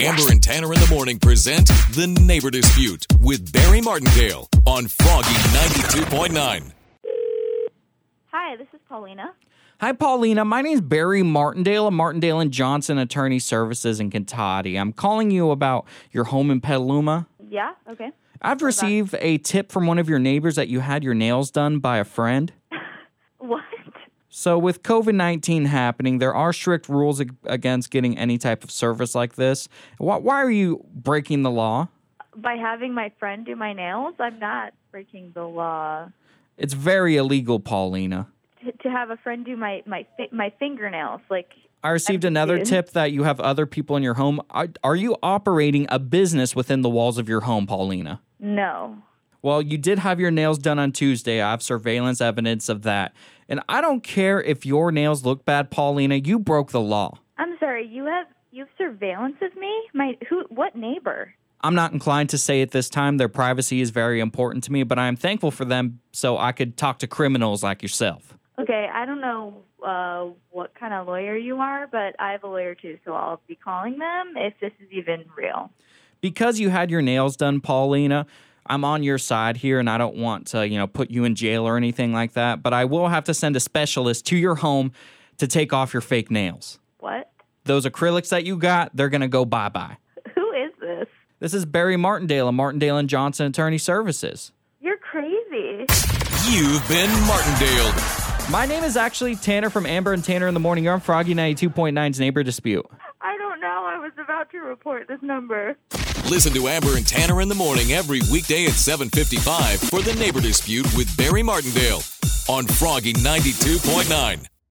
Amber and Tanner in the morning present The Neighbor Dispute with Barry Martindale on Froggy 92.9. Hi, this is Paulina. Hi, Paulina. My name is Barry Martindale of Martindale and Johnson Attorney Services in Kentucky. I'm calling you about your home in Petaluma. Yeah, okay. I've received a tip from one of your neighbors that you had your nails done by a friend. What? So, with COVID 19 happening, there are strict rules ag- against getting any type of service like this. Why, why are you breaking the law? By having my friend do my nails, I'm not breaking the law. It's very illegal, Paulina. T- to have a friend do my my fi- my fingernails, like I received another confused. tip that you have other people in your home. Are, are you operating a business within the walls of your home, Paulina? no. Well, you did have your nails done on Tuesday. I have surveillance evidence of that. And I don't care if your nails look bad, Paulina, you broke the law. I'm sorry. You have you have surveillance of me. My who? What neighbor? I'm not inclined to say at this time their privacy is very important to me, but I am thankful for them so I could talk to criminals like yourself. Okay, I don't know uh, what kind of lawyer you are, but I have a lawyer too, so I'll be calling them if this is even real. Because you had your nails done, Paulina, I'm on your side here and I don't want to, you know, put you in jail or anything like that, but I will have to send a specialist to your home to take off your fake nails. What? Those acrylics that you got, they're going to go bye-bye. Who is this? This is Barry Martindale of Martindale and Johnson Attorney Services. You're crazy. You've been Martindale. My name is actually Tanner from Amber and Tanner in the Morning. You're on Froggy 92.9's Neighbor Dispute. I don't know. I was about to report this number. Listen to Amber and Tanner in the morning every weekday at 7:55 for The Neighbor Dispute with Barry Martindale on Froggy 92.9.